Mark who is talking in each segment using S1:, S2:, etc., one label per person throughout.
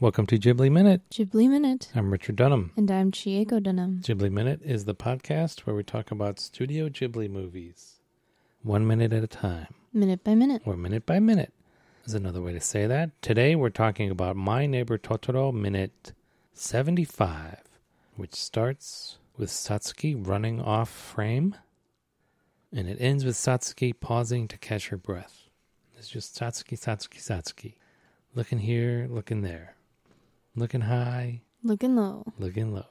S1: Welcome to Ghibli Minute.
S2: Ghibli Minute.
S1: I'm Richard Dunham.
S2: And I'm Chieko Dunham.
S1: Ghibli Minute is the podcast where we talk about Studio Ghibli movies, one minute at a time,
S2: Minute by minute.
S1: or minute by minute is another way to say that. Today we're talking about My Neighbor Totoro Minute 75, which starts with Satsuki running off frame and it ends with Satsuki pausing to catch her breath. It's just Satsuki, Satsuki, Satsuki. Looking here, looking there. Looking high,
S2: Looking low.
S1: looking low.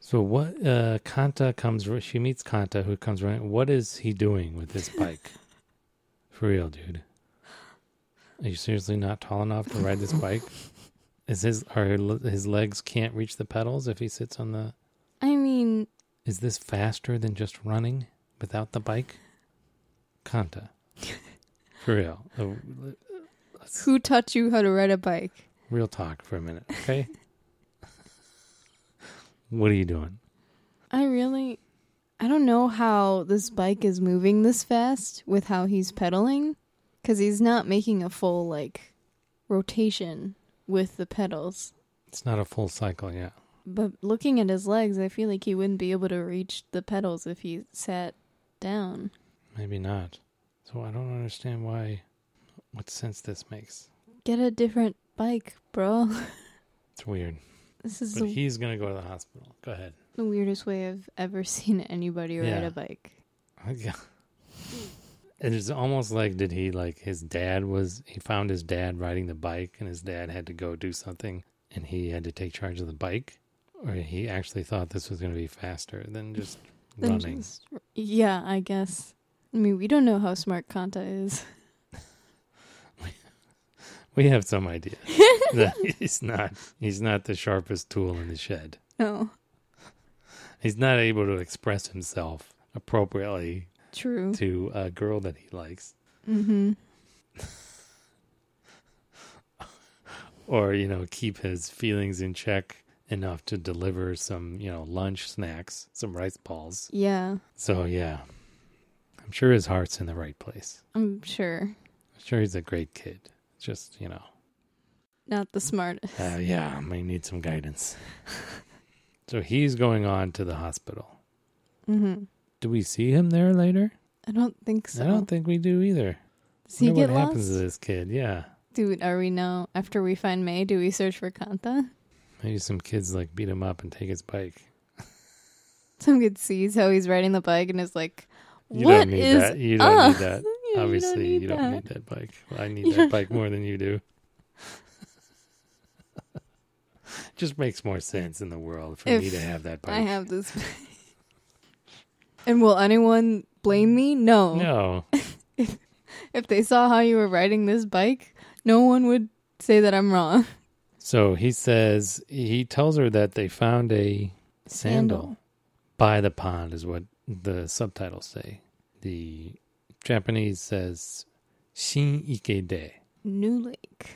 S1: So what? Uh, Kanta comes. She meets Kanta, who comes running. What is he doing with this bike? For real, dude. Are you seriously not tall enough to ride this bike? Is his are his legs can't reach the pedals if he sits on the?
S2: I mean,
S1: Is this faster than just running without the bike? Kanta, for real. Uh,
S2: who taught you how to ride a bike?
S1: real talk for a minute, okay? what are you doing?
S2: I really. I don't know how this bike is moving this fast with how he's pedaling. Because he's not making a full, like, rotation with the pedals.
S1: It's not a full cycle yet.
S2: But looking at his legs, I feel like he wouldn't be able to reach the pedals if he sat down.
S1: Maybe not. So I don't understand why, what sense this makes.
S2: Get a different bike, bro.
S1: It's weird.
S2: This is
S1: But
S2: the
S1: he's going to go to the hospital. Go ahead.
S2: the weirdest way I've ever seen anybody ride
S1: Yeah.
S2: a bike.
S1: Yeah. And it's almost like, did he, like, his dad was, he found his dad riding the bike and his dad had to go do something and he had to take charge of the bike? Or he actually thought this was going to be faster than just
S2: Then
S1: running.
S2: just- yeah, I guess. I mean, we don't know how smart Kanta is.
S1: We have some idea that he's not, he's not the sharpest tool in the shed.
S2: No,
S1: He's not able to express himself appropriately
S2: true.
S1: to a girl that he likes
S2: Mm-hmm.
S1: or you know keep his feelings in check enough to deliver some you know lunch snacks some rice balls
S2: Yeah,
S1: so yeah i'm sure his heart's in the right place
S2: I'm sure.
S1: i'm sure he's a great kid just you know
S2: Not the smartest.
S1: uh, yeah i may need some guidance so he's going on to the hospital
S2: Mm-hmm.
S1: do we see him there later
S2: I don't think so.
S1: i don't think we do either
S2: Does he
S1: Wonder
S2: get
S1: what
S2: lost?
S1: happens to this kid yeah
S2: Dude, are we now, after we find May, do we search for Kanta?
S1: maybe some kids like beat him up and take his bike
S2: Some kid sees how he's riding the bike and is like,
S1: You
S2: "What
S1: don't need
S2: is
S1: that. You don't
S2: up?"
S1: need that.
S2: Yeah, you don't
S1: Obviously, you don't,
S2: that.
S1: need, that. bike. Well, I
S2: You
S1: need that
S2: don't-
S1: bike more than you do. Just makes more sense in the world for me
S2: If
S1: to have that bike.
S2: I have this. and will anyone blame me? No.
S1: No,
S2: If they saw how you were riding this bike, no one would say that I'm wrong.
S1: so he says he tells her that they found a sandal,
S2: Sandal.
S1: by the pond, is what the subtitles say. The Japanese says shin ike de.
S2: New Lake.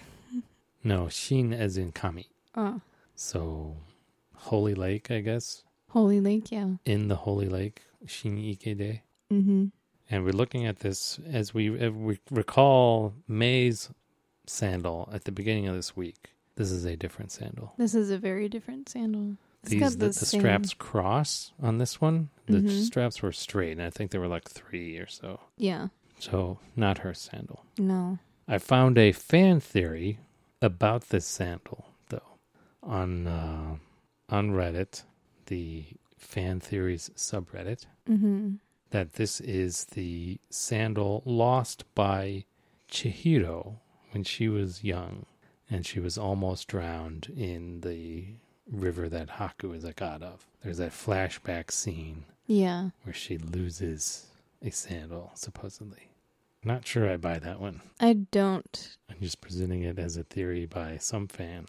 S1: No, shin as in kami.
S2: Oh,
S1: So, holy lake, I guess.
S2: Holy Lake, yeah.
S1: in the holy lake Shin-Ike-de.
S2: Mm-hmm.
S1: And we're looking at this as we, as we recall May's sandal at the beginning of this week. This is a different sandal.
S2: This is a very different sandal. It's
S1: These
S2: got
S1: the,
S2: the,
S1: the
S2: same-
S1: straps cross on this one. The
S2: Mhm.
S1: straps were straight, and I think there were like three or so.
S2: Yeah.
S1: So not her sandal.
S2: No.
S1: I found a fan theory about this sandal though on uh, on Reddit, the fan theories subreddit.
S2: Mm-hmm.
S1: that this is the sandal lost by Chihiro when she was young and she was almost drowned in the river that Haku is a god of. There's that flashback scene
S2: Yeah.
S1: where she loses a sandal, supposedly. Not sure I buy that one.
S2: I don't.
S1: I'm just presenting it as a theory by some fan,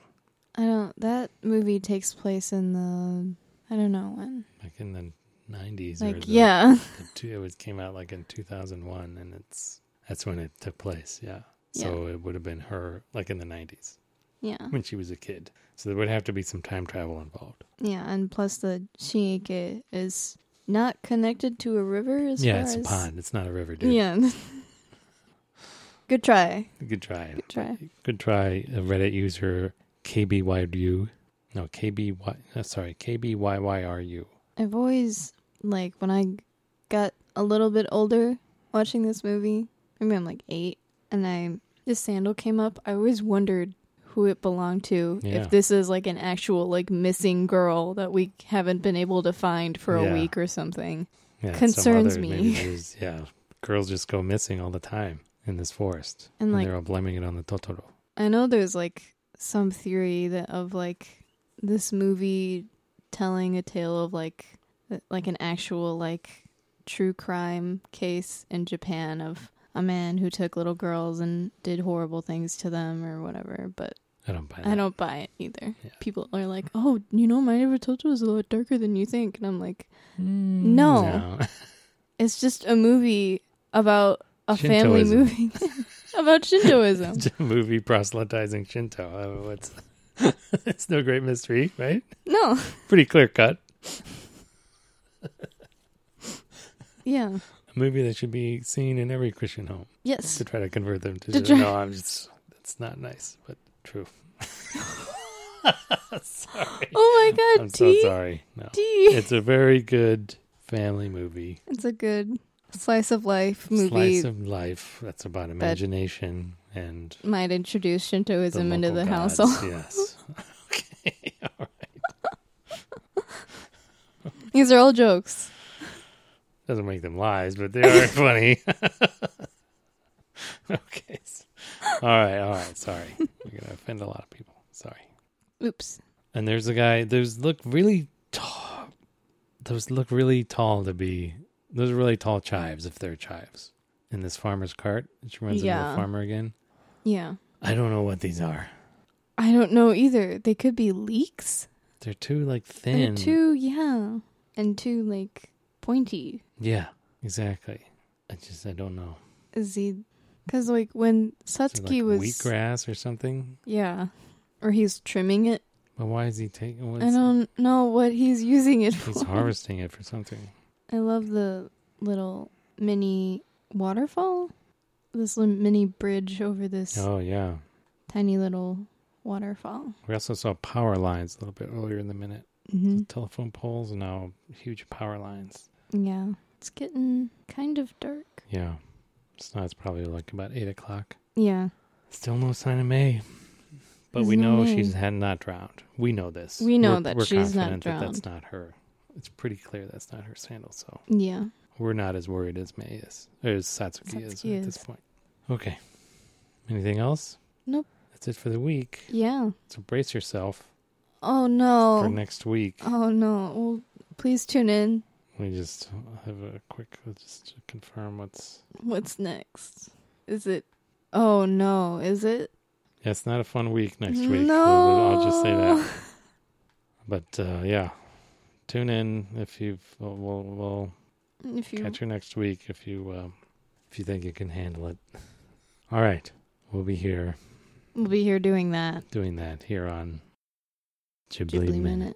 S2: I don't. That movie takes place in the. I don't know when.
S1: like in the 90s or
S2: Like,
S1: the,
S2: yeah.
S1: the two, it was, came out like in 2001 and it's that's when it took place yeah so it would have been her like in the 90s
S2: Yeah.
S1: when she was a kid so there would have to be some time travel involved
S2: Yeah. And plus, the Shinike is not connected to a river as
S1: yeah
S2: far
S1: it's a
S2: as-
S1: pond it's not a river dude
S2: Yeah. Good try.
S1: Good try.
S2: Good try.
S1: Good try, a Reddit user KBYU. No, KBY. uh, Sorry, KBYYRU.
S2: I've always like when I got a little bit older watching this movie. Maybe I'm like eight, and I this sandal came up. I always wondered who it belonged to.
S1: Yeah.
S2: If this is like an actual like missing girl that we haven't been able to find for
S1: Yeah.
S2: a week or something.
S1: Yeah, some
S2: Concerns
S1: other-
S2: me.
S1: maybe there's- yeah, girls just go missing all the time in this forest,
S2: And, like-
S1: they're all blaming it on the Totoro.
S2: I know there's like some theory that of like this movie telling a tale of like th- like an actual like true crime case in Japan of a man who took little girls and did horrible things to them or whatever, but
S1: I don't buy that.
S2: I don't buy it either.
S1: Yeah.
S2: People are like, "Oh, you know, my never told you was a lot darker than you think," and I'm like,
S1: No.
S2: "No, it's just a movie about a family
S1: Shintoism.
S2: moving about Shintoism."
S1: It's a movie proselytizing Shinto. I mean, what's it's no great mystery, right?
S2: no,
S1: Pretty clear cut.
S2: yeah,
S1: A movie that should be seen in every Christian home
S2: yes.
S1: to try to convert them to.
S2: To try-
S1: No, I'm just. That's not nice, but true. sorry.
S2: Oh my god,
S1: I'm so
S2: tea.
S1: sorry. No,
S2: tea.
S1: it's a very good family movie.
S2: It's a good slice of life movie.
S1: Slice of life. That's about imagination and
S2: Might introduce
S1: the
S2: Shintoism into
S1: local
S2: the
S1: gods.
S2: household.
S1: Yes. okay. All right.
S2: These are all jokes.
S1: Doesn't make them lies, but they are funny. okay. All right. All right. Sorry. We're gonna offend a lot of people. Sorry.
S2: Oops.
S1: And there's a guy. Those look really tall. Those look really tall to be. Those are really tall chives if they're chives. In this farmer's cart, which reminds me of
S2: Yeah.
S1: the farmer again.
S2: Yeah.
S1: I don't know what these are.
S2: I don't know either. They could be leeks.
S1: They're too like
S2: They're
S1: thin.
S2: too, yeah. And too, like, pointy.
S1: Yeah, exactly. I just I don't know.
S2: Is he. Because, like, when
S1: Is it,
S2: Satsuki
S1: like
S2: was.
S1: wheatgrass or something.
S2: Yeah. Or he's trimming it.
S1: But why is he taking?
S2: I don't know what he's using it
S1: He's
S2: for.
S1: harvesting it for something.
S2: I love the little mini waterfall. This little mini bridge over this
S1: Oh yeah.
S2: tiny little waterfall.
S1: We also saw power lines a little bit earlier in the minute.
S2: hmm
S1: Telephone poles and now huge power lines.
S2: Yeah. It's getting kind of dark.
S1: Yeah. It's not. It's probably like about eight o'clock.
S2: Yeah.
S1: Still no sign of May. But
S2: There's
S1: we
S2: no
S1: know
S2: May.
S1: she's had not drowned. We know this.
S2: We know
S1: We're-
S2: that
S1: we're
S2: she's not
S1: confident That that's not her. It's pretty clear that's not her sandal. So
S2: Yeah.
S1: we're not as worried as May is, or as Satsuki, is
S2: Satsuki
S1: at this
S2: is.
S1: point. Okay. Anything else?
S2: Nope.
S1: That's it for the week.
S2: Yeah.
S1: So brace yourself
S2: Oh
S1: for
S2: no.
S1: next week.
S2: Oh no. Well, please tune in.
S1: We just have a quick, uh, just to confirm what's.
S2: What's next? Is it Oh no, is it?
S1: Yeah, it's not a fun week next week.
S2: No.
S1: I'll I'll just say that. But uh, yeah, tune in if you've. We'll, we'll, we'll
S2: If you
S1: catch you next week if you um, if you think you can handle it. All right, we'll be here
S2: we'll be here doing that.
S1: doing that here on Ghibli,
S2: Ghibli
S1: Minute.
S2: minute.